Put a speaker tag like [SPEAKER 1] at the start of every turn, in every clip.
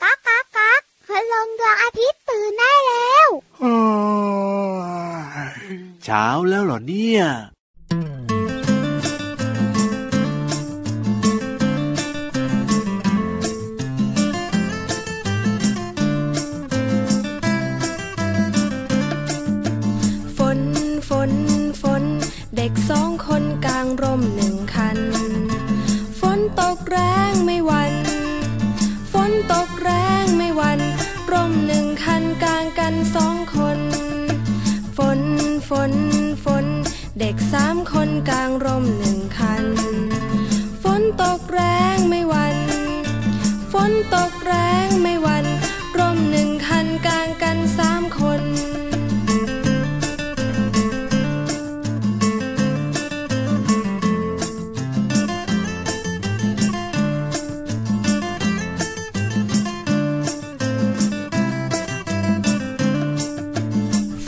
[SPEAKER 1] ก๊ากก๊ากก๊ากพลงดวงอาทิตย์ตื่นได้แล้ว
[SPEAKER 2] เช้าแล้วเหรอเนี่ย
[SPEAKER 3] ฝน ฝน ฝน เด็กสองคนกลางร่มหนึ่งคัน ฝนตกแรงไม่หวัน ฝนตกแรงไม่หวัน ร่มหนึ่งคันกลางกันสองคน ฝน ฝน ฝน เด็กสามคนกลางร่มหนึ่งคัน ฝนตกแรงไม่หวัน ฝนตกแรงไม่หวัน ร่มหนึ่งคันกลางกันสามคน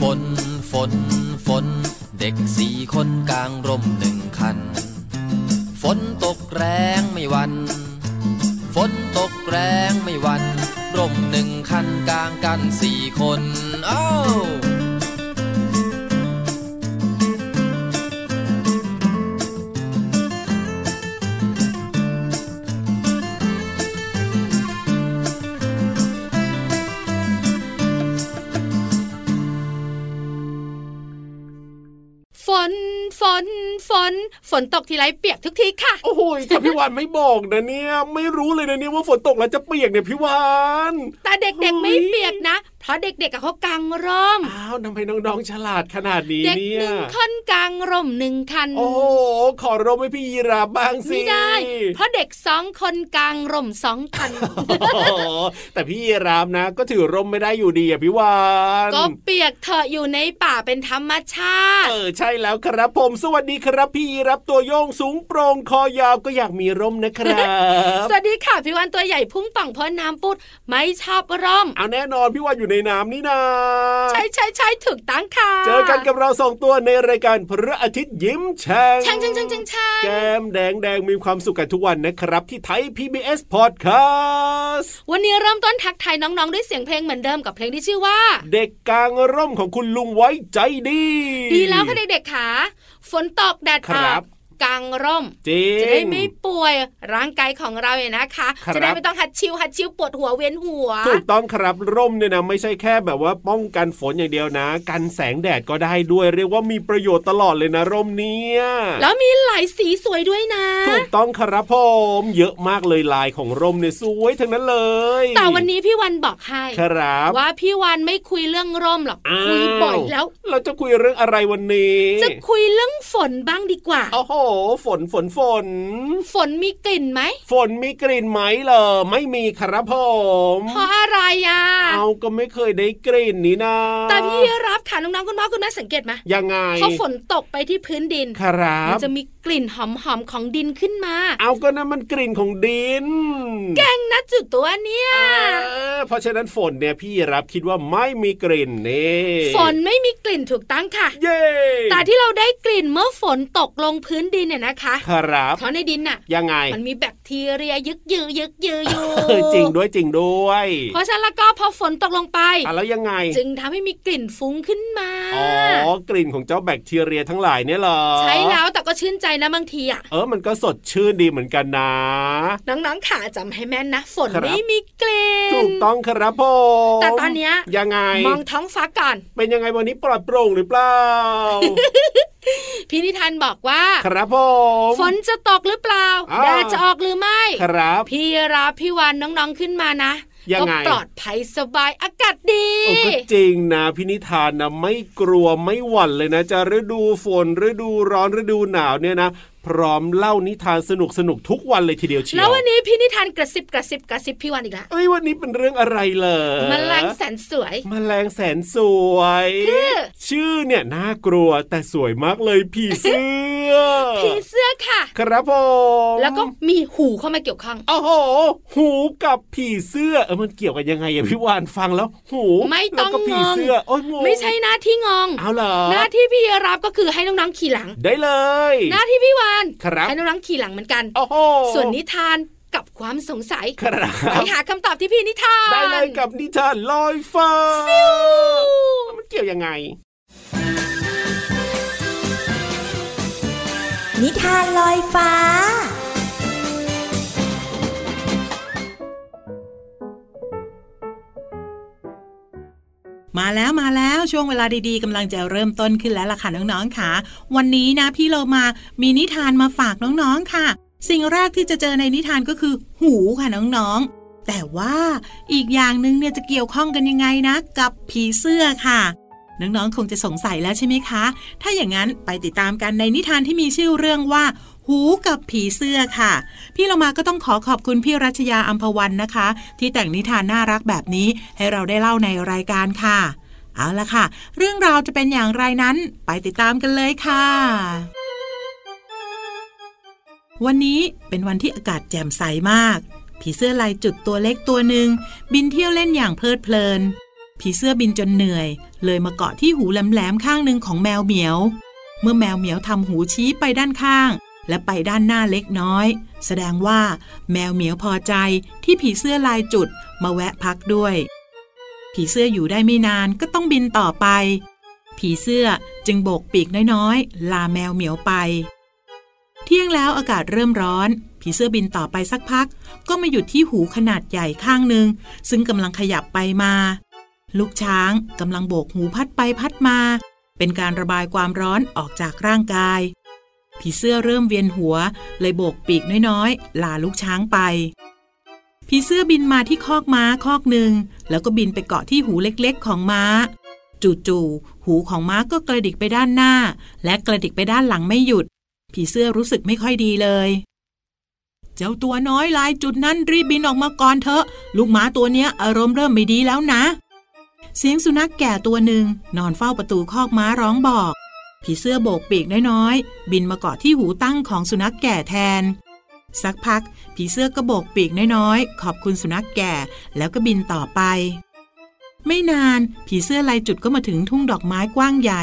[SPEAKER 4] ฝน ฝน ฝน เด็กสี่คนกลางร่มหนึ่งคัน ฝนตกแรงไม่หวัน ฝนตกแรงไม่หวัน ร่มหนึ่งคันกลางกันสี่คนเอ้า
[SPEAKER 5] ฝน ฝน ฝน ฝนตกทีไรเปียกทุกทีค่ะ
[SPEAKER 6] โอ้โหแต่พี่วานไม่บอกนะเนี่ย ไม่รู้เลยนะเนี่ยว่าฝนตกแล้วจะเปียกเนี่ยพี่วาน
[SPEAKER 5] แต่เด็กๆไม่เปียกนะ เพราะเด็กๆอะเขากางร่ม
[SPEAKER 6] อ้าวทำไมน้องๆฉลาดขนาดนี้
[SPEAKER 5] เด็ก
[SPEAKER 6] เนี่ย
[SPEAKER 5] หนึ่งคนกางร่มหนึ่งคัน
[SPEAKER 6] โอ้โหขอร่มให้พี่ยีราบ้างสิ
[SPEAKER 5] ไม่ได้ เพราะเด็กสองคนกางร่มสองคัน
[SPEAKER 6] โอ้โหแต่พี่ยีรามนะ ก็ถือร่มไม่ได้อยู่ดีอะพี่วาน
[SPEAKER 5] ก็เปียกเถอะอยู่ในป่าเป็นธรรมชาติ
[SPEAKER 6] เออใช่แล้วครับผม สวัสดีครับพี่ยีรับตัวโยงสูงโปร่งคอยาวก็อยากมีร่มนะครับ
[SPEAKER 5] สวัสดีค่ะพี่วันตัวใหญ่พุ่งป่องเพราะน้ำปุดไม่ชอบร่ม
[SPEAKER 6] เอาแน่นอนพี่วานอยู่ในน้ำนี่นา
[SPEAKER 5] ใช่ใช่ใช่ถูกตั้งค่ะ
[SPEAKER 6] เจอกันกับเราสองตัวในรายการพระอาทิตย์ยิ้มแฉ่ง
[SPEAKER 5] ช่างช่างช่างช่างช่าง
[SPEAKER 6] แก้มแดงแดงมีความสุขกันทุกวันนะครับ ที่ไทย PBS Podcast
[SPEAKER 5] วันนี้เริ่มต้นทักทายน้องๆด้วยเสียงเพลงเหมือนเดิมกับเพลงที่ชื่อว่า
[SPEAKER 6] เด็กกลางร่มของคุณลุงไว้ใจดี
[SPEAKER 5] ดีแล้วค่ะเด็กๆค่ะฝนตกแดด
[SPEAKER 6] ครั
[SPEAKER 5] อา
[SPEAKER 6] บ
[SPEAKER 5] บกางร่ม
[SPEAKER 6] จริง
[SPEAKER 5] จะได้ไม่ป่วยร่างกายของเราเนี่ยนะคะ
[SPEAKER 6] ครับ
[SPEAKER 5] จะได้ไม่ต้องหัดชิวหัดชิวปวดหัวเวียนหัว
[SPEAKER 6] ถูกต้องครับร่มเนี่ยนะไม่ใช่แค่แบบว่าป้องกันฝนอย่างเดียวนะ กันแสงแดดก็ได้ด้วย เรียกว่ามีประโยชน์ตลอดเลยนะร่มเนี่ย
[SPEAKER 5] แล้วมีหลายสีสวยด้วยนะ
[SPEAKER 6] ถูกต้องครับผมเยอะมากเลยลายของร่มเนี่ยสวยทั้งนั้นเลย
[SPEAKER 5] แต่วันนี้พี่วันบอกให้
[SPEAKER 6] ครับ
[SPEAKER 5] ว่าพี่วันไม่คุยเรื่องร่มหรอก
[SPEAKER 6] อ้าว
[SPEAKER 5] คุยบ่อยแล้ว
[SPEAKER 6] เราจะคุยเรื่องอะไรวันนี้
[SPEAKER 5] จะคุยเรื่องฝนบ้างดีกว่า
[SPEAKER 6] โอ้โห ฝน ฝน ฝน
[SPEAKER 5] ฝนมีกลิ่นไหม
[SPEAKER 6] ฝนมีกลิ่นไหมเหรอ ไม่มีครับผม
[SPEAKER 5] เพราะอะไรอ่ะ
[SPEAKER 6] เอาก็ไม่เคยได้กลิ่นนี่นะ
[SPEAKER 5] แต่พี่รับค่ะน้องๆคุณพ่อคุณแม่สังเกตไหม
[SPEAKER 6] ยังไง
[SPEAKER 5] พอฝนตกไปที่พื้นดิน
[SPEAKER 6] ครั
[SPEAKER 5] มั
[SPEAKER 6] บ
[SPEAKER 5] นจะมีกลิ่นหอมๆของดินขึ้นมา
[SPEAKER 6] เอาก็นั่นมันกลิ่นของดิน
[SPEAKER 5] แกงนะจุดตัวเนี่ย
[SPEAKER 6] เออเพราะฉะนั้นฝนเนี่ยพี่รับคิดว่าไม่มีกลิ่นนี่
[SPEAKER 5] ฝนไม่มีกลิ่นถูกตั้องค่ะ
[SPEAKER 6] เย่
[SPEAKER 5] แต่ที่เราได้กลิ่นเมื่อฝนตกลงพื้นดินเนี่ยนะคะ
[SPEAKER 6] ครับ
[SPEAKER 5] เพราะในดินน่ะ
[SPEAKER 6] ยังไง
[SPEAKER 5] มันมีแบคทีเรียยึกยือยึกยืออยู่
[SPEAKER 6] เออจริงด้วยจริงด้วย
[SPEAKER 5] เพราะฉะนั้นแล้วก็พอฝนตกลงไป
[SPEAKER 6] อ่ะแล้วยังไง
[SPEAKER 5] จึงทำให้มีกลิ่นฟุ้งขึ้นมา
[SPEAKER 6] อ๋อ กลิ่นของเจ้าแบคทีเรียทั้งหลายเนี่ยเหรอ
[SPEAKER 5] ใช้แล้วแต่ก็ชื่นใจนะบางทีอ่ะ
[SPEAKER 6] เออ มันก็สดชื่นดีเหมือนกันนะ
[SPEAKER 5] น้องๆค่ะจำให้แม่นนะ ฝน
[SPEAKER 6] ครับ
[SPEAKER 5] ไม่มีกลิ่น
[SPEAKER 6] ถูกต้องครับผม
[SPEAKER 5] แต่ตอนเนี้ย
[SPEAKER 6] ยังไง
[SPEAKER 5] มองท้องฟ้าก่อน
[SPEAKER 6] เป็นยังไงวันนี้ปลอดโปร่งหรือเปล่า
[SPEAKER 5] พี่นิทานบอกว่า
[SPEAKER 6] ครับผม
[SPEAKER 5] ฝนจะตกหรือเปล่า
[SPEAKER 6] อ่า
[SPEAKER 5] แดดจะออกหรือไม่
[SPEAKER 6] ครับ
[SPEAKER 5] พี่รับพี่วันน้องๆขึ้นมานะ
[SPEAKER 6] ยัง
[SPEAKER 5] ก็
[SPEAKER 6] ไง
[SPEAKER 5] ปลอดภัยสบายอากาศดี
[SPEAKER 6] โอ้ก็จริงนะพินิธานนะไม่กลัวไม่หวั่นเลยนะ จะฤดูฝนฤดูร้อนฤดูหนาวเนี่ยนะ พร้อมเล่านิทานสนุกสนุกๆทุกวันเลยทีเดียวเชียว
[SPEAKER 5] แล้ววันนี้พี่นิทานกระซิบกระซิบกระซิบพี่วันอีกละ
[SPEAKER 6] เอ้ยวันนี้เป็นเรื่องอะไรเหรอ
[SPEAKER 5] แมลงแสนสวย
[SPEAKER 6] แมลงแสนสวย
[SPEAKER 5] คือ
[SPEAKER 6] ชื่อเนี่ยน่ากลัวแต่สวยมากเลยผีเสื้อ
[SPEAKER 5] ผีเสื้อค่ะ
[SPEAKER 6] ครับผม
[SPEAKER 5] แล้วก็มีหูเข้ามาเกี่ยวข้อง
[SPEAKER 6] โอ้โห หูกับผีเสื้อเออมันเกี่ยวกันยังไงอะพี่วานฟังแล้ว หู
[SPEAKER 5] ไม่ต้อง
[SPEAKER 6] แล้วก็ผี
[SPEAKER 5] งง
[SPEAKER 6] เสื้อโอ้ยงง
[SPEAKER 5] ไม่ใช่หน้าที่งอง
[SPEAKER 6] เอาเหรอ
[SPEAKER 5] หน้าที่พี่รับก็คือให้น้องๆขี่หลัง
[SPEAKER 6] ได้เลย
[SPEAKER 5] หน้าที่พี่วัน
[SPEAKER 6] ครับ
[SPEAKER 5] ให้น้องๆขี่หลังเหมือนกัน
[SPEAKER 6] โอ้โห
[SPEAKER 5] ส่วนนิทาน กับความสงสัย
[SPEAKER 6] ครั
[SPEAKER 5] ไป
[SPEAKER 6] บ
[SPEAKER 5] หาคำตอบที่พี่นิทาน
[SPEAKER 6] ได้เลยกับนิทานลอยฟ้ามันเกี่ยวยังไง
[SPEAKER 7] นิทานลอยฟ้า
[SPEAKER 8] มาแล้วมาแล้วช่วงเวลาดีๆกำลังจะเริ่มต้นขึ้นแล้วล่ะค่ะน้องๆค่ะ วันนี้นะพี่เรามามีนิทานมาฝากน้องๆค่ะ สิ่งแรกที่จะเจอในนิทานก็คือ หูค่ะน้องๆ แต่ว่าอีกอย่างหนึ่งเนี่ยจะเกี่ยวข้องกันยังไงนะ กับผีเสื้อค่ะ น้องๆคงจะสงสัยแล้วใช่ไหมคะ ถ้าอย่างนั้นไปติดตามกันในนิทานที่มีชื่อเรื่องว่า หูกับผีเสื้อค่ะ พี่เรามาก็ต้องขอขอบคุณพี่รัชยาอัมพวันนะคะ ที่แต่งนิทานน่ารักแบบนี้ให้เราได้เล่าในรายการค่ะ เอาละค่ะ เรื่องราวจะเป็นอย่างไรนั้นไปติดตามกันเลยค่ะ วันนี้เป็นวันที่อากาศแจ่มใสมาก ผีเสื้อลายจุดตัวเล็กตัวหนึ่งบินเที่ยวเล่นอย่างเพลิดเพลิน ผีเสื้อบินจนเหนื่อย เลยมาเกาะที่หูแหลมๆข้างหนึ่งของแมวเหมียว เมื่อแมวเหมียวทำหูชี้ไปด้านข้าง และไปด้านหน้าเล็กน้อย แสดงว่าแมวเหมียวพอใจที่ผีเสื้อลายจุดมาแวะพักด้วย ผีเสื้ออยู่ได้ไม่นานก็ต้องบินต่อไป ผีเสื้อจึงโบกปีกน้อยๆ ลาแมวเหมียวไป เที่ยงแล้วอากาศเริ่มร้อน ผีเสื้อบินต่อไปสักพัก ก็มาหยุดที่หูขนาดใหญ่ข้างหนึ่งซึ่งกำลังขยับไปมา ลูกช้างกำลังโบกหูพัดไปพัดมา เป็นการระบายความร้อนออกจากร่างกาย ผีเสื้อเริ่มเวียนหัว เลยโบกปีกน้อยๆ ลาลูกช้างไป ผีเสื้อบินมาที่คอกม้าคอกหนึ่ง แล้วก็บินไปเกาะที่หูเล็กๆของม้า จู่ๆหูของม้าก็กระดิกไปด้านหน้า และกระดิกไปด้านหลังไม่หยุด ผีเสื้อรู้สึกไม่ค่อยดีเลย เจ้าตัวน้อยลายจุดนั้นรีบบินออกมาก่อนเถอะ ลูกหม้าตัวเนี้ยอารมณ์เริ่มไม่ดีแล้วนะ เสียงสุนัขแก่ตัวหนึ่งนอนเฝ้าประตูคอกม้าร้องบอก ผีเสื้อโบกปีกน้อยๆ บินมาเกาะที่หูตั้งของสุนัขแก่แทน สักพัก ผีเสื้อก็โบกปีกน้อยๆ ขอบคุณสุนัขแก่ แล้วก็บินต่อไป ไม่นานผีเสื้อลายจุดก็มาถึงทุ่งดอกไม้กว้างใหญ่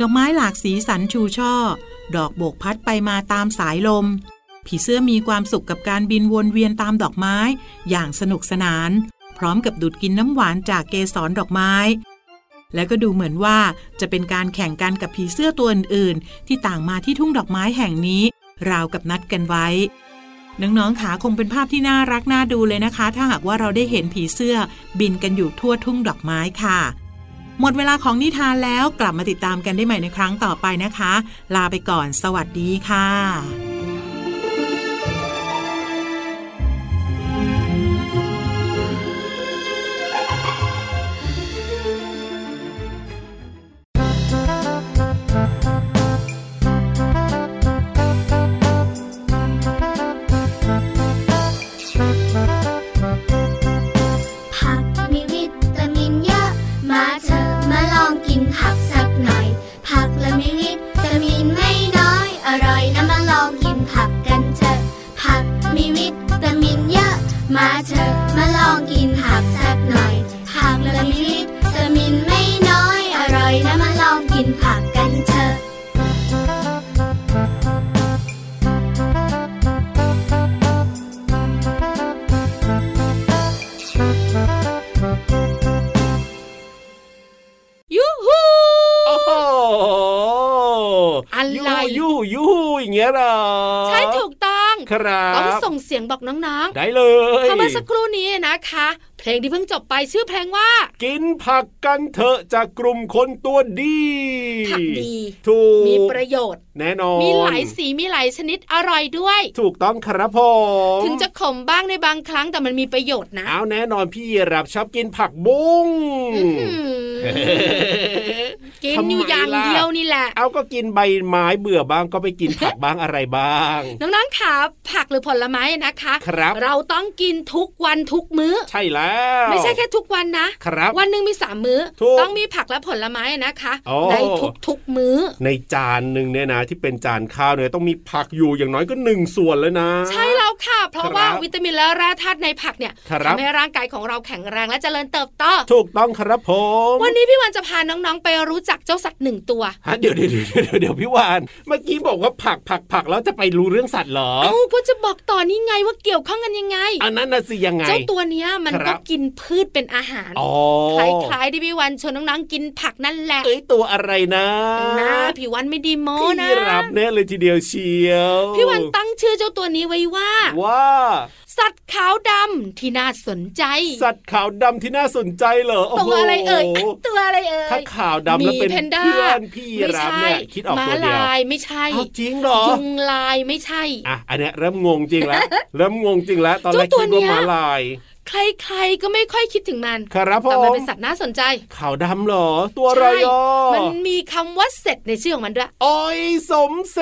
[SPEAKER 8] ดอกไม้หลากสีสันชูช่อ ดอกโบกพัดไปมาตามสายลม ผีเสื้อมีความสุขกับการบินวนเวียนตามดอกไม้ อย่างสนุกสนาน พร้อมกับดูดกินน้ำหวานจากเกสรดอกไม้ และก็ดูเหมือนว่าจะเป็นการแข่งกันกับผีเสื้อตัวอื่นๆ ที่ต่างมาที่ทุ่งดอกไม้แห่งนี้ ราวกับนัดกันไว้ น้องๆขาคงเป็นภาพที่น่ารักน่าดูเลยนะคะ ถ้าหากว่าเราได้เห็นผีเสื้อบินกันอยู่ทั่วทุ่งดอกไม้ค่ะ หมดเวลาของนิทานแล้วกลับมาติดตามกันได้ใหม่ในครั้งต่อไปนะคะ ลาไปก่อน สวัสดีค่ะ
[SPEAKER 1] ผักมีวิตามินเยอะ มาเถอะมาลองกินผักสักหน่อย ผักละมีวิตามินไม่น้อย อร่อยนะมาลองกินผักกันเถอะ ผักมีวิตามินเยอะ มาเถอะมาลองกินผักสักหน่อย ผักละมีวิตามินไม่น้อย อร่อยนะมาลองกินผักกันเถอะ
[SPEAKER 5] ยูฮู
[SPEAKER 6] โอ้โห
[SPEAKER 5] อะไร
[SPEAKER 6] ยูยูยูอย่างเงี้ยเหรอ
[SPEAKER 5] ใช่ถูกต้อง
[SPEAKER 6] ครับ
[SPEAKER 5] ต้องส่งเสียงบอกน้อง
[SPEAKER 6] ได้เล
[SPEAKER 5] ๆ
[SPEAKER 6] ย
[SPEAKER 5] เพราะเมื่อสักครู่นี้นะคะ เพลงที่เพิ่งจบไปชื่อเพลงว่า
[SPEAKER 6] กินผักกันเถอะจากกลุ่มคนตัวดี
[SPEAKER 5] ผักดี
[SPEAKER 6] ถูก
[SPEAKER 5] มีประโยชน์
[SPEAKER 6] แน่นอน
[SPEAKER 5] มีหลายสีมีหลายชนิดอร่อยด้วย
[SPEAKER 6] ถูกต้องครับผม
[SPEAKER 5] ถึงจะขมบ้างในบางครั้งแต่มันมีประโยชน์นะ
[SPEAKER 6] เอาแน่นอนพี่รับชอบกินผักบุ้ง
[SPEAKER 5] อื้อหือกินอยู่อย่าง
[SPEAKER 6] ทำไมล่ะ
[SPEAKER 5] เดียวนี่แหละ
[SPEAKER 6] เอาก็กินใบไม้เบื่อบ้างก็ไปกินผักบ้างอะไรบ้าง
[SPEAKER 5] น้องๆค่ะผักหรือผลไม้นะคะ
[SPEAKER 6] ครับ
[SPEAKER 5] เราต้องกินทุกวันทุกมื้อ
[SPEAKER 6] ใช่แล้ว
[SPEAKER 5] ไม่ใช่แค่ทุกวันนะ
[SPEAKER 6] ครับ
[SPEAKER 5] วันหนึ่งมีสามมื้อ
[SPEAKER 6] ถูก
[SPEAKER 5] ต้องมีผักและผลไม้นะคะ
[SPEAKER 6] โอ้
[SPEAKER 5] ในทุกๆมื้อ
[SPEAKER 6] ในจานหนึ่งเนี่ยนะที่เป็นจานข้าวเนี่ยต้องมีผักอยู่อย่างน้อยก็หนึ่งส่วนแล้วนะ
[SPEAKER 5] ใช่แล้วค่ะ เพราะว่า วิตามินและแร่ธาตุในผักเนี่ย
[SPEAKER 6] ครับ
[SPEAKER 5] ทำให้ร่างกายของเราแข็งแรงและเจริญเติบโต
[SPEAKER 6] ถูกต้องครับผม
[SPEAKER 5] วันนี้พี่วันจะพาน้องๆไปรู้จักเจ้าสัตว์หนึ่งตัว
[SPEAKER 6] ฮะเดี๋ยวเดี๋ยวเดี๋ยวเดี๋ยวเดี๋ยวพี่วาน เมื่อกี้บอกว่าผักผักผักแล้วจะไปรู้เรื่องสัตว์เหรอ
[SPEAKER 5] เอ้าก็จะบอกต่อนี่ไงว่าเกี่ยวข้องกันยังไง
[SPEAKER 6] อันนั้นน่ะสิยังไง
[SPEAKER 5] เจ้าตัวเนี้ยมัน
[SPEAKER 6] ครั
[SPEAKER 5] ก็
[SPEAKER 6] บ
[SPEAKER 5] กินพืชเป็นอาหาร
[SPEAKER 6] อ๋อ
[SPEAKER 5] คล้ายๆที่พี่วันชวนน้องๆกินผักนั่นแหละ
[SPEAKER 6] เอ้ยตัวอะไรนะ
[SPEAKER 5] นะพี่วันไม่ดีโมนะ
[SPEAKER 6] พี่รับแน่เลยทีเดียวเชียว
[SPEAKER 5] พี่วันตั้งชื่อเจ้าตัวนี้ไว้ว่า
[SPEAKER 6] ว่า
[SPEAKER 5] สัตว์ขาวดำที่น่าสนใจ
[SPEAKER 6] สัตว์ขาวดำที่น่าสนใจเหรอโอ้
[SPEAKER 5] ตั
[SPEAKER 6] โห
[SPEAKER 5] วอะไรเอ่ยอ่ะตัวอะไรเอ่ย
[SPEAKER 6] ถ้าขาวดำแล้วเป็น
[SPEAKER 5] หมีแพนด้า
[SPEAKER 6] เพื่อนพี่
[SPEAKER 5] ไม่
[SPEAKER 6] รับ
[SPEAKER 5] ใช่
[SPEAKER 6] เนี่ยคิดออก
[SPEAKER 5] ม้า
[SPEAKER 6] ตัวเดียว
[SPEAKER 5] ลายไม่ใช่
[SPEAKER 6] อ้าวจริงเหรอ
[SPEAKER 5] ยุงลายไม่ใช่
[SPEAKER 6] อ่ะอันเนี้ยเริ่มงงจริงแล้ว เริ่มงงจริงแล้ว ตอนแรก
[SPEAKER 5] เจ้าตั
[SPEAKER 6] คิ
[SPEAKER 5] ว
[SPEAKER 6] ดว่า
[SPEAKER 5] เนี้ย
[SPEAKER 6] หมาลาย
[SPEAKER 5] ใครๆก็ไม่ค่อยคิดถึงมัน
[SPEAKER 6] ครับผ
[SPEAKER 5] แต่มัน
[SPEAKER 6] ม
[SPEAKER 5] เป็นสัตว์น่าสนใจ
[SPEAKER 6] ขาวดำเหรอ ตัวอะไร
[SPEAKER 5] ใช่
[SPEAKER 6] อ่ะ
[SPEAKER 5] มันมีคำว่าเสร็จในชื่อของมันด้วย
[SPEAKER 6] อ้อยสมเส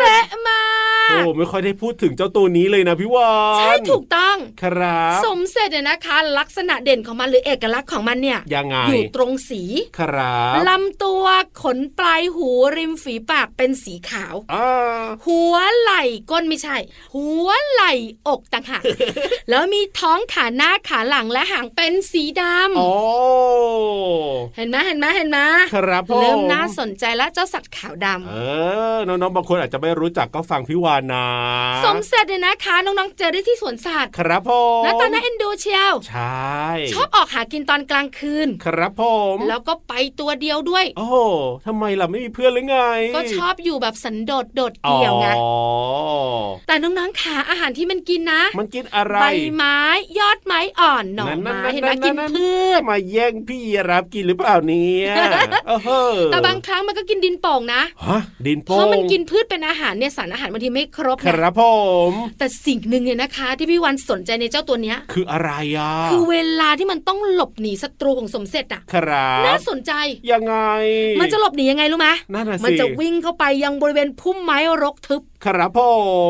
[SPEAKER 5] แปะมา
[SPEAKER 6] โอ้ไม่ค่อยได้พูดถึงเจ้าตัวนี้เลยนะพี่วาน
[SPEAKER 5] ใช่ถูกต้อง
[SPEAKER 6] ครับ
[SPEAKER 5] สมเสร็จเนี่ยนะคะ ลักษณะเด่นของมันหรือเอกลักษณ์ของมันเนี่ย
[SPEAKER 6] ยังไง
[SPEAKER 5] อยู่ตรงสี
[SPEAKER 6] ครับ
[SPEAKER 5] ลำตัวขนปลายหูริมฝีปากเป็นสีขาว
[SPEAKER 6] อ่า
[SPEAKER 5] หัวไหล่ก้นไม่ใช่ หัวไหล่อก ต่างหาก แล้วมีท้องขาหน้าขาหลังและหางเป็นสีด
[SPEAKER 6] โอ้
[SPEAKER 5] ำเห็นไหมเห็นไหมเห็นไหม
[SPEAKER 6] ครับผม
[SPEAKER 5] เริ่มน่าสนใจแล้วเจ้าสัตว์ขาวด
[SPEAKER 6] เออ น้องๆบางคนอาจจะไม่รู้จักก็ฟังพี่วานนะ
[SPEAKER 5] ำสมเสร็จเนี่ยนะคะ น้องๆเจอได้ที่สวนสัตว์
[SPEAKER 6] ครับผม
[SPEAKER 5] หน้าตาน่าเอ็นดูเชียว
[SPEAKER 6] ใช่
[SPEAKER 5] ชอบออกหากินตอนกลางคืน
[SPEAKER 6] ครับผม
[SPEAKER 5] แล้วก็ไปตัวเดียวด้วย
[SPEAKER 6] โอ้โหทำไมล่ะไม่มีเพื่อนหรือไง
[SPEAKER 5] ก็ชอบอยู่แบบสันโดษโดดเดี่ยวไง
[SPEAKER 6] อ๋อ
[SPEAKER 5] แต่น้องๆขาอาหารที่มันกินนะ
[SPEAKER 6] มันกินอะไร
[SPEAKER 5] ใบไม้ยอดไม้อ่อนหน่อไม้เห็นไหมกินพืช
[SPEAKER 6] มาแย่งพี่รับกินหรือเปล่า เนี่ยโอ้โห
[SPEAKER 5] แต่บางครั้งมันก็กินดินโป่งนะ
[SPEAKER 6] ฮะดิน
[SPEAKER 5] เพ
[SPEAKER 6] โป้ง
[SPEAKER 5] ราะมันกินพืชเป็นอาหารเนี่ยสารอาหารบางทีไม่ครบ
[SPEAKER 6] ค
[SPEAKER 5] นะ
[SPEAKER 6] รับผม
[SPEAKER 5] แต่สิ่งหนึ่งเนี่ยนะคะ ที่พี่วันสนใจในเจ้าตัวเนี้ย
[SPEAKER 6] คืออะไรอ่ะ
[SPEAKER 5] คือเวลาที่มันต้องหลบหนีศัตรูของสมเสร็จอ่ะ
[SPEAKER 6] ครั
[SPEAKER 5] น่า
[SPEAKER 6] บ
[SPEAKER 5] สนใจ
[SPEAKER 6] ยังไง
[SPEAKER 5] มันจะหลบหนียังไงรู้ไหม
[SPEAKER 6] นั่นน่ะสิ
[SPEAKER 5] มันจะวิ่งเข้าไปยังบริเวณพุ่มไม้รกทึบ
[SPEAKER 6] ครับผ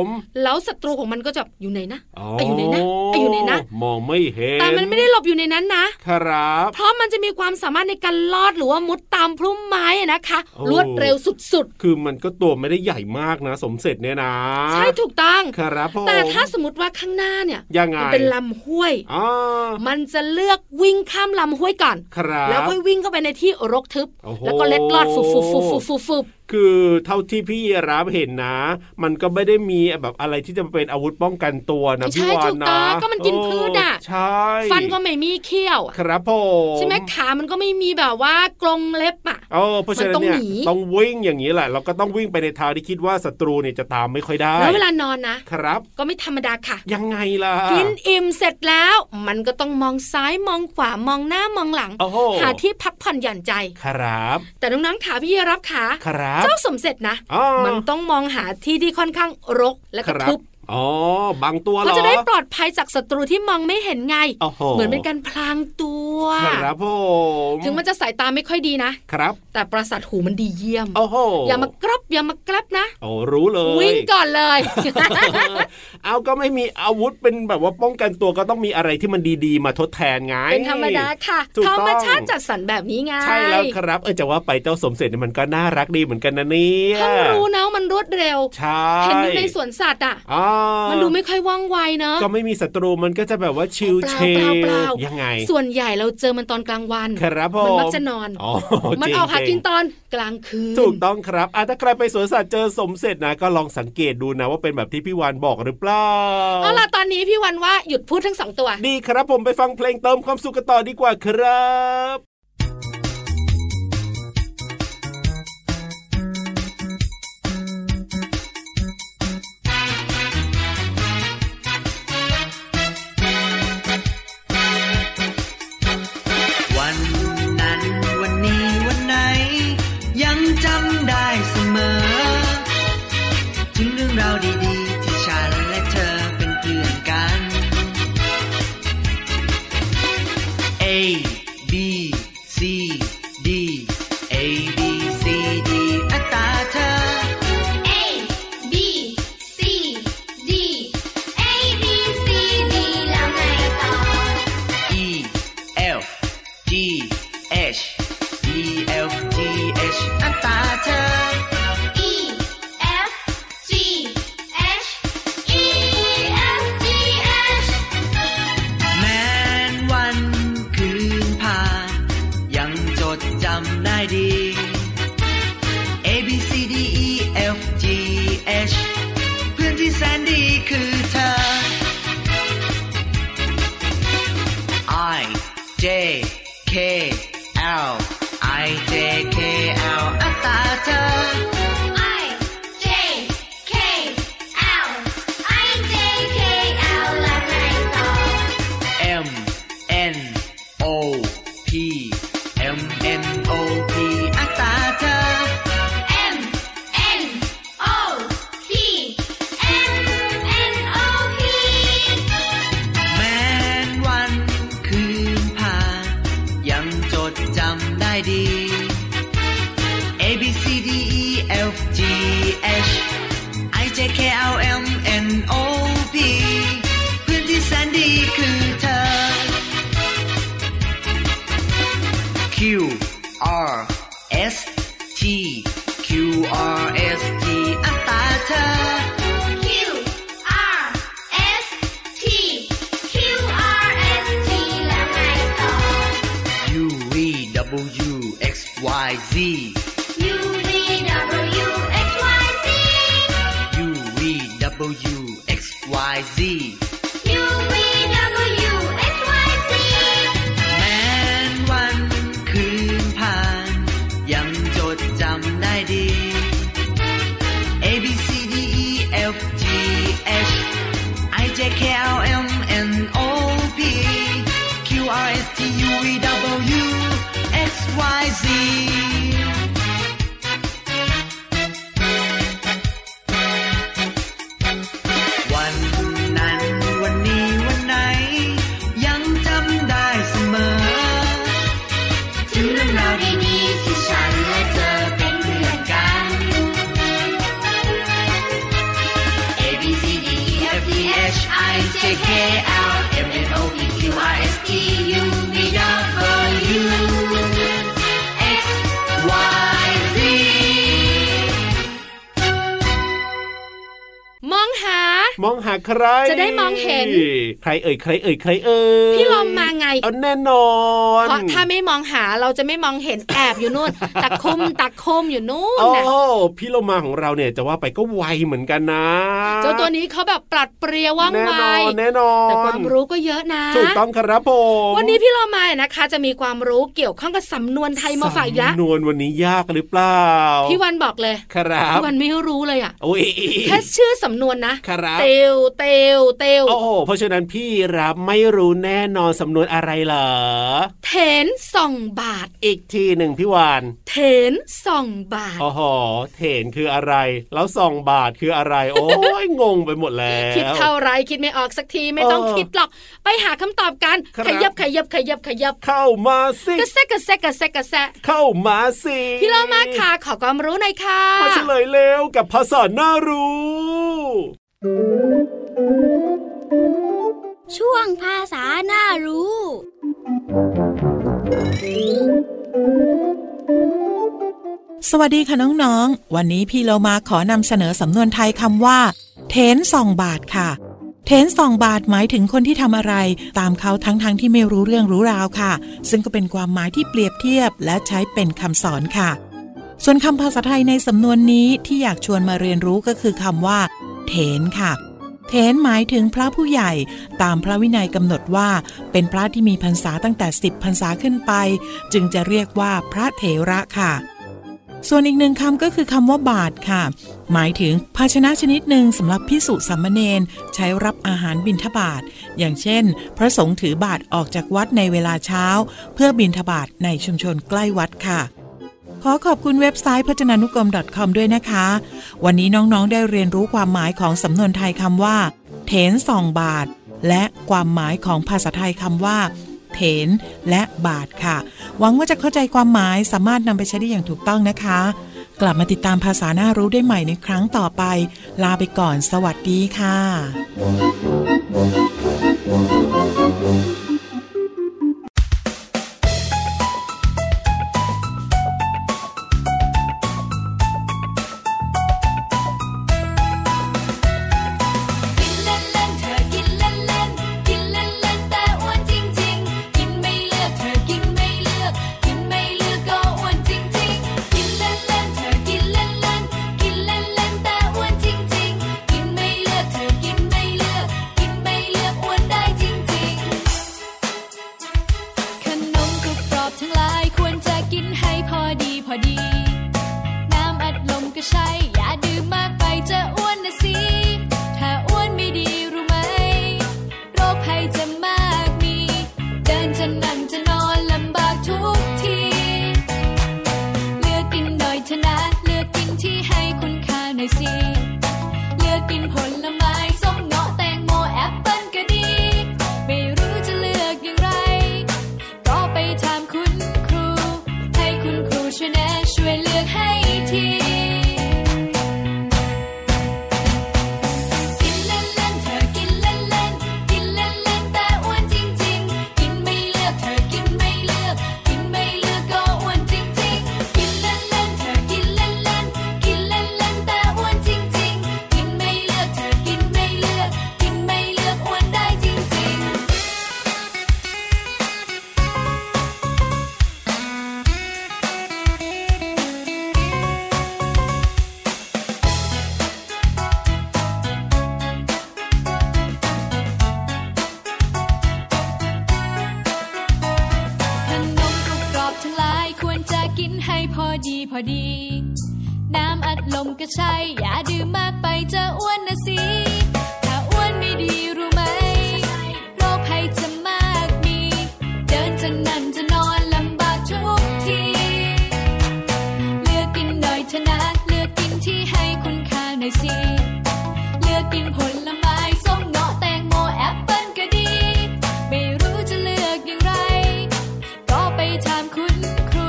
[SPEAKER 6] ม
[SPEAKER 5] แล้วศัตรูของมันก็จะอยู่ไหนนะไอยู่ไหนนะไอยู่ไหนนะ
[SPEAKER 6] มองไม่เห็น
[SPEAKER 5] แต่มันไม่ได้หลบอยู่ในนั้นนะ
[SPEAKER 6] ครับ
[SPEAKER 5] เพราะมันจะมีความสามารถในการลอดหรือว่ามุดตามพุ่มไม้อะนะคะ
[SPEAKER 6] โอ้
[SPEAKER 5] รวดเร็วสุด
[SPEAKER 6] คือมันก็ตัวไม่ได้ใหญ่มากนะ สมเสร็จเนี่ยนะ
[SPEAKER 5] ๆ ใช่ถูกต้อง
[SPEAKER 6] ครับผม
[SPEAKER 5] แต่ถ้าสมมติว่าข้างหน้าเนี่ย
[SPEAKER 6] ยังไง
[SPEAKER 5] มันเป็นลำห้วย
[SPEAKER 6] อ๋อ
[SPEAKER 5] มันจะเลือกวิ่งข้ามลำห้วยก่อน
[SPEAKER 6] ครับ
[SPEAKER 5] แล้วค่อยวิ่งเข้าไปในที่รกทึบ
[SPEAKER 6] โอ้โห
[SPEAKER 5] แล้วก็เล็ดลอดฟุบฟุบฟุบฟุบฟุบฟุบ
[SPEAKER 6] คือเท่าที่พี่รับเห็นนะ มันก็ไม่ได้มีแบบอะไรที่จะเป็นอาวุธป้องกันตัวนะพี่
[SPEAKER 5] ใช่
[SPEAKER 6] วา
[SPEAKER 5] ถู
[SPEAKER 6] น
[SPEAKER 5] ก
[SPEAKER 6] นะ
[SPEAKER 5] ต้องก็มันกินพืชอ่ะ
[SPEAKER 6] ใช่
[SPEAKER 5] ฟันก็ไม่มีเขี้ยวอะ
[SPEAKER 6] ครับผม
[SPEAKER 5] ใช่ไหมขามันก็ไม่มีแบบว่ากรงเล็บอ่ะ
[SPEAKER 6] เออเพราะฉะนั้นเนี่ย
[SPEAKER 5] มันต้องหนี
[SPEAKER 6] ต้องวิ่งอย่างนี้แหละ เราก็ต้องวิ่งไปในทางที่คิดว่าศัตรูเนี่ยจะตามไม่ค่อยได้
[SPEAKER 5] แล้วเวลานอนนะ
[SPEAKER 6] ครับ
[SPEAKER 5] ก็ไม่ธรรมดาค่ะ
[SPEAKER 6] ยังไงล่ะ
[SPEAKER 5] กินอิ่มเสร็จแล้ว มันก็ต้องมองซ้ายมองขวามองหน้ามองหลัง
[SPEAKER 6] โอ้โห
[SPEAKER 5] หาที่พักผ่อนหย่อนใจ
[SPEAKER 6] ครับ
[SPEAKER 5] แต่น้องๆขาพี่รับขา
[SPEAKER 6] ครับ
[SPEAKER 5] เจ้าสมเสร็จนะ
[SPEAKER 6] อ๋อ
[SPEAKER 5] มันต้องมองหาที่ที่ค่อนข้างรกและ
[SPEAKER 6] ค
[SPEAKER 5] ก็
[SPEAKER 6] รั
[SPEAKER 5] ทึบ
[SPEAKER 6] อ๋อบางตัวเหร
[SPEAKER 5] ก็
[SPEAKER 6] อ
[SPEAKER 5] จะได้ปลอดภัยจากศัตรูที่มองไม่เห็นไง
[SPEAKER 6] โอ้โห
[SPEAKER 5] เหมือนเป็นการพลางตัว
[SPEAKER 6] ครับผม
[SPEAKER 5] ถึงมันจะสายตาไม่ค่อยดีนะ
[SPEAKER 6] ครับ
[SPEAKER 5] แต่ประสาทหูมันดีเยี่ยม
[SPEAKER 6] โอ้โห
[SPEAKER 5] อย่ามากรับอย่ามากรับนะ
[SPEAKER 6] โอ้รู้เลย
[SPEAKER 5] วิ่งก่อนเลย
[SPEAKER 6] เออเอาก็ไม่มีอาวุธเป็นแบบว่าป้องกันตัวก็ต้องมีอะไรที่มันดีๆ มาทดแทนไง
[SPEAKER 5] เป็นธรรมดาค่ะ
[SPEAKER 6] ถูก
[SPEAKER 5] ธ
[SPEAKER 6] ต้
[SPEAKER 5] ร
[SPEAKER 6] อง
[SPEAKER 5] รมชาติจัดสรรแบบนี้ไง
[SPEAKER 6] ใช่แล้วครับ เออจะว่าไปเจ้าสมเสร็จเนี่ยมันก็น่ารักดีเหมือนกันนะเนี่ย
[SPEAKER 5] เพิ่งรู้นะว่ามันรวดเร็ว
[SPEAKER 6] ใช่
[SPEAKER 5] เห็นอยู่ในสวนสัตว์อ่ะ
[SPEAKER 6] อ่า
[SPEAKER 5] มันดูไม่ค่อยว่องไวเนอะ
[SPEAKER 6] ก็ไม่มีศัตรูมันก็จะแบบว่าชิล
[SPEAKER 5] เป
[SPEAKER 6] เช
[SPEAKER 5] ล่าเปล่าเปล่า
[SPEAKER 6] ยังไง
[SPEAKER 5] ส่วนใหญ่เราเจอมันตอนกลางวัน
[SPEAKER 6] ครับผ
[SPEAKER 5] มั
[SPEAKER 6] ม
[SPEAKER 5] มักจะนอน
[SPEAKER 6] อ๋อ
[SPEAKER 5] มั
[SPEAKER 6] จ
[SPEAKER 5] น
[SPEAKER 6] ริง
[SPEAKER 5] ออกหา
[SPEAKER 6] จริง
[SPEAKER 5] กินตอนกลางคืน
[SPEAKER 6] ถูกต้องครับอ่ะถ้าใครไปสวนสัตว์เจอสมเสร็จนะ ก็ลองสังเกตดูนะว่าเป็นแบบที่พี่วานบอกหรือเปล่า
[SPEAKER 5] เอาล่ะตอนนี้พี่วันว่าหยุดพูดทั้งสองตัว
[SPEAKER 6] ดีครับผมไปฟังเพลงเติมความสุขกันต่อดีกว่าครับ
[SPEAKER 9] วันนั้นวันนี้วันไหน ยังจำได้เสมอ ถึงเรื่องราวดีๆ ที่ฉันและเธอเป็นเพื่อนกัน A B ดี A B C D E F G H I J K L M N O P เพื่อนที่แสนดีคือเธอ Q R S T Q R S T อัตราเธอ
[SPEAKER 1] Q R S T Q R S T แล้วไงต่อ
[SPEAKER 9] U V W X Y Z
[SPEAKER 1] U V W X Y Z
[SPEAKER 9] U V W X Y Z
[SPEAKER 1] U V W X Y Z
[SPEAKER 9] แม้นวันคืนผ่าน ยังจดจำได้ดี A B C D E F G H I J K L M N O P Q R S T U V W X Y Z วันนั้นวันนี้วันไหน ยังจำได้เสมอ
[SPEAKER 1] ถึงเรื่องราวดีๆที่ฉันและเธอเป็นเพื่อนกัน
[SPEAKER 9] A B C D E F G H I J K L M N O P Q R S T U V W X Y Z
[SPEAKER 5] มองหา
[SPEAKER 6] มองหาใคร
[SPEAKER 5] จะได้มองเห็น
[SPEAKER 6] ใครเอ่ยใครเอ่ยใครเอ่ย
[SPEAKER 5] พี่ลมมาไง
[SPEAKER 6] เอาแน่นอน
[SPEAKER 5] เพราะถ้าไม่มองหาเราจะไม่มองเห็น แอบอยู่นู่น ตะคุ่มตะคุ่มอยู่นู่น
[SPEAKER 6] โอ้
[SPEAKER 5] น่ะ
[SPEAKER 6] พี่โลมาของเราเนี่ยจะว่าไปก็ไวเหมือนกันนะ
[SPEAKER 5] เจ้าตัวนี้เขาแบบปลัดเปรียวว่อง
[SPEAKER 6] แน่
[SPEAKER 5] ไวน
[SPEAKER 6] อนแน่นอน
[SPEAKER 5] แต่ความรู้ก็เยอะนะ
[SPEAKER 6] ถูกต้องครับผม
[SPEAKER 5] วันนี้พี่เรามาเนี่ยนะคะ จะมีความรู้เกี่ยวข้องกับสำนวนไทยมาฝากอีกแล้ว
[SPEAKER 6] สำนวนวันนี้ยากหรือเปล่า
[SPEAKER 5] พี่วันบอกเลย
[SPEAKER 6] ครับ
[SPEAKER 5] พี่วันไม่รู้เลยอ่ะ
[SPEAKER 6] โอ้ย
[SPEAKER 5] แค่ชื่อสำนวนนะครับเตวเตวเตว
[SPEAKER 6] โอ้โหเพราะฉะนั้นพี่รับไม่รู้แน่นอนสำนวนอะไรเหรอ
[SPEAKER 5] เถนส่องบาท
[SPEAKER 6] อีกทีหนึ่งพี่วาน
[SPEAKER 5] เถนส่องบาท
[SPEAKER 6] โอ้โหเถนคืออะไร แล้วส่องบาทคืออะไร โอ้ยงงไปหมดแล้ว
[SPEAKER 5] คิดเท่าไรคิดไม่ออกสักทีไม่ต้อง
[SPEAKER 6] เออ
[SPEAKER 5] คิดหรอก ไปหาคำตอบกัน
[SPEAKER 6] ครับ
[SPEAKER 5] ขยับขยับขยับขยับ
[SPEAKER 6] เข้ามาสิ
[SPEAKER 5] กระแซะกระแซะกระแซะกระแซะ
[SPEAKER 6] เข้ามาสิ
[SPEAKER 5] พี่เรามาค่ะขอความรู้หน่อยค่ะ
[SPEAKER 6] มาเฉลยเร็วกับภาษาหน้ารู้
[SPEAKER 1] ช่วงภาษาหน้ารู้
[SPEAKER 8] สวัสดีค่ะน้องๆ วันนี้พี่เรามาขอนำเสนอสำนวนไทยคำว่า เทนสองบาทค่ะ เทนสองบาทหมายถึงคนที่ทำอะไร ตามเขาทั้งๆทที่ไม่รู้เรื่องรู้ราวค่ะ ซึ่งก็เป็นความหมายที่เปรียบเทียบและใช้เป็นคำสอนค่ะ ส่วนคำภาษาไทยในสำนวนนี้ที่อยากชวนมาเรียนรู้ก็คือคำว่า เถนค่ะ เถนหมายถึงพระผู้ใหญ่ ตามพระวินัยกำหนดว่า เป็นพระที่มีพรรษาตั้งแต่ 10พรรษาขึ้นไป จึงจะเรียกว่าพระเถระค่ะ ส่วนอีกหนึ่งคำก็คือคำว่าบาทค่ะ หมายถึงภาชนะชนิดหนึ่งสำหรับพิสุสัมมเนนใช้รับอาหารบิณฑบาตอย่างเช่น พระสงฆ์ถือบาตรออกจากวัดในเวลาเช้า เพื่อบิณฑบาตในชุมชนใกล้วัดค่ะ ขอขอบคุณเว็บไซต์พจนานุกรม .com ด้วยนะคะ วันนี้น้องๆได้เรียนรู้ความหมายของสำนวนไทยคำว่า เถนสองบาท และความหมายของภาษาไทยคำว่า เถนและบาทค่ะ หวังว่าจะเข้าใจความหมายสามารถนำไปใช้ได้อย่างถูกต้องนะคะ กลับมาติดตามภาษาหน้ารู้ได้ใหม่ในครั้งต่อไป ลาไปก่อน สวัสดีค่ะ
[SPEAKER 10] กินเล่นเล่นเธอกินเล่นเล่นกินเล่นเล่นแต่อ้วนจริงจริงกินไม่เลือกเธอกินไม่เลือก กินไม่เลือกก็อ้วนจริงจริงกินเล่นเล่นเธอกินเล่นเล่นกินเล่นเล่นแต่อ้วนจริงจริงกินไม่เลือกเธอกินไม่เลือก กินไม่เลือก อดี น้ำอัดลมก็ใช่ อย่าดื่มมากไปจะอ้วนนะสิ ถ้าอ้วนไม่ดีรู้ไหม โรคภัยจะมากมี เดินจะนั่งจะนอนลำบากทุกที เลือกกินหน่อยเถอะนะเลือกกินที่ให้คุณค่าหน่อยสิ เลือกกินผลไม้ส้มเงาะแตงโมแอปเปิ้ลก็ดี ไม่รู้จะเลือกอย่างไร ก็ไปถามคุณครู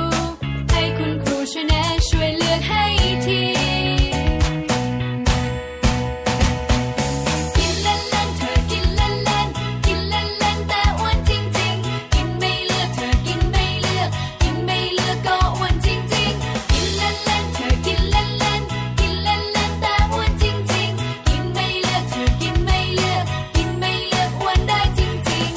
[SPEAKER 10] ให้คุณครูช่วยแนะช่วยเลือกให้ที กินเล่นเล่นเธอกินเล่นเล่นกินเล่นเล่นแต่อ้วนจริงจริงกินไม่เลือกเธอกินไม่เลือก กินไม่เลือกก็อ้วนจริงจริงกินเล่นเล่นเธอกินเล่นเล่นกินเล่นเล่นแต่อ้วนจริงจริงกินไม่เลือกเธอกินไม่เลือก กินไม่เลือกอ้วนได้จริงจริง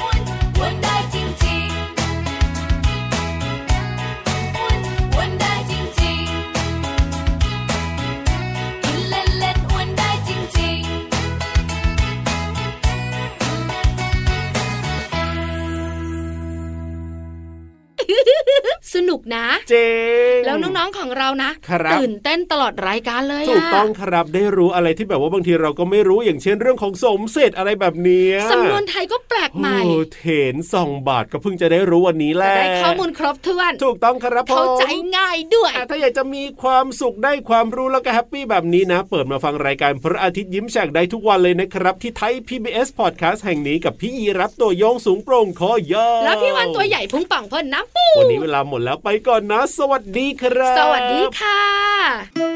[SPEAKER 10] อ้วนอ้วนได้จริงจริงอ้วนอ้วนได้จริงจริง กินเล่นเล่นอ้วนได้จริงๆ
[SPEAKER 5] สนุกนะ
[SPEAKER 6] เจ๊ง
[SPEAKER 5] แล้วน้องๆของเรานะครับ ตื่นเต้นตลอดรายการเลยะ
[SPEAKER 6] ถูกต้องครับได้รู้อะไรที่แบบว่าบางทีเราก็ไม่รู้อย่างเช่นเรื่องของสมเสร็จอะไรแบบเนี้ย
[SPEAKER 5] สำนวนไทยก็แปลกใหม่
[SPEAKER 6] โอ้เถนสองบาทก็เพิ่งจะได้รู้วันนี้แห
[SPEAKER 5] จะ
[SPEAKER 6] ละ
[SPEAKER 5] ได้ข้อมูลครบถ้วน
[SPEAKER 6] ถูกต้องครับผม
[SPEAKER 5] เข้าใจง่ายด้วย
[SPEAKER 6] อ่ะถ้าอยากจะมีความสุขได้ความรู้แล้วก็แฮปปี้แบบนี้นะ เปิดมาฟังรายการพระอาทิตย์ยิ้มแฉ่งได้ทุกวันเลยนะครับ ที่ไทย PBS Podcast แห่งนี้กับพี่ยีรับตัวโยงสูงโปร่งคอยาว
[SPEAKER 5] แล้วพี่วันตัวใหญ่พุงป่องพ่นน้ำปู
[SPEAKER 6] วันนี้เวลาหมดแล้วไปก่อนนะ สวัสดีครับ
[SPEAKER 5] สวัสดีค่ะ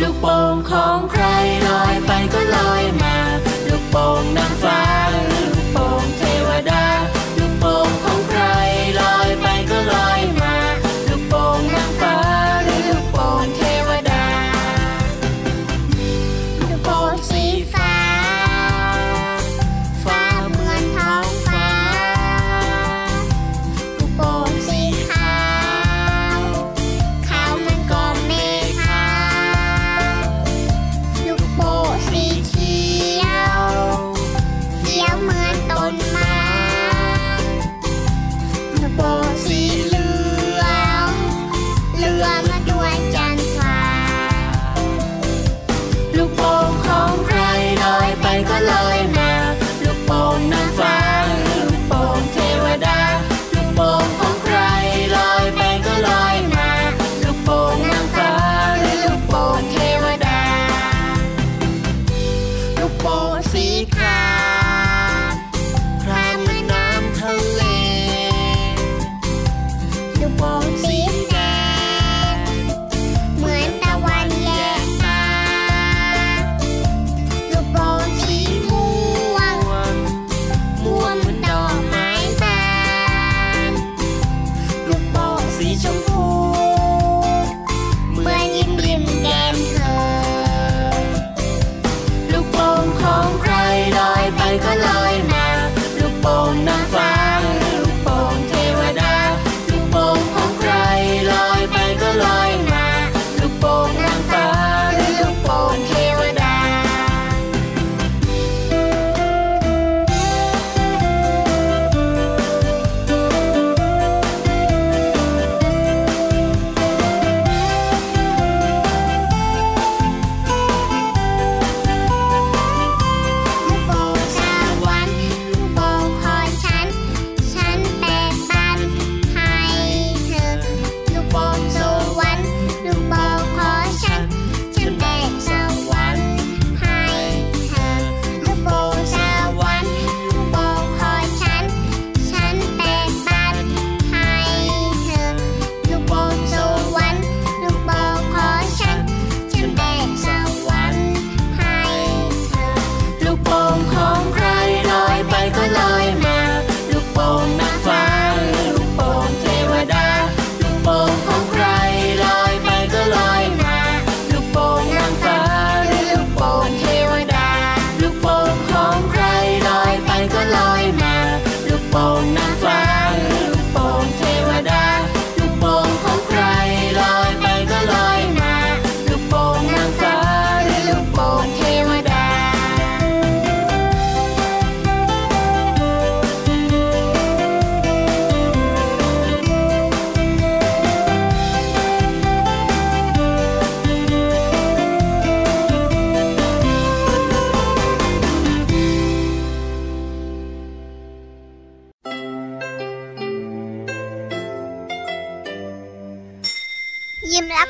[SPEAKER 9] ลูกโป่งของใครลอยไปก็ลอยมา ลูกโป่งนางฟ้าหรือลูกโป่งเทวดา ลูกโป่งของใครลอยไปก็ลอยมา ลูกโป่งนางฟ้าหรือลูกโป่งเทวดา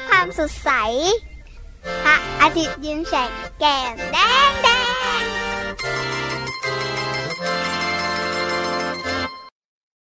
[SPEAKER 1] ความสดใสพระอาทิตย์ยิ้มแฉกแก้มแดงแ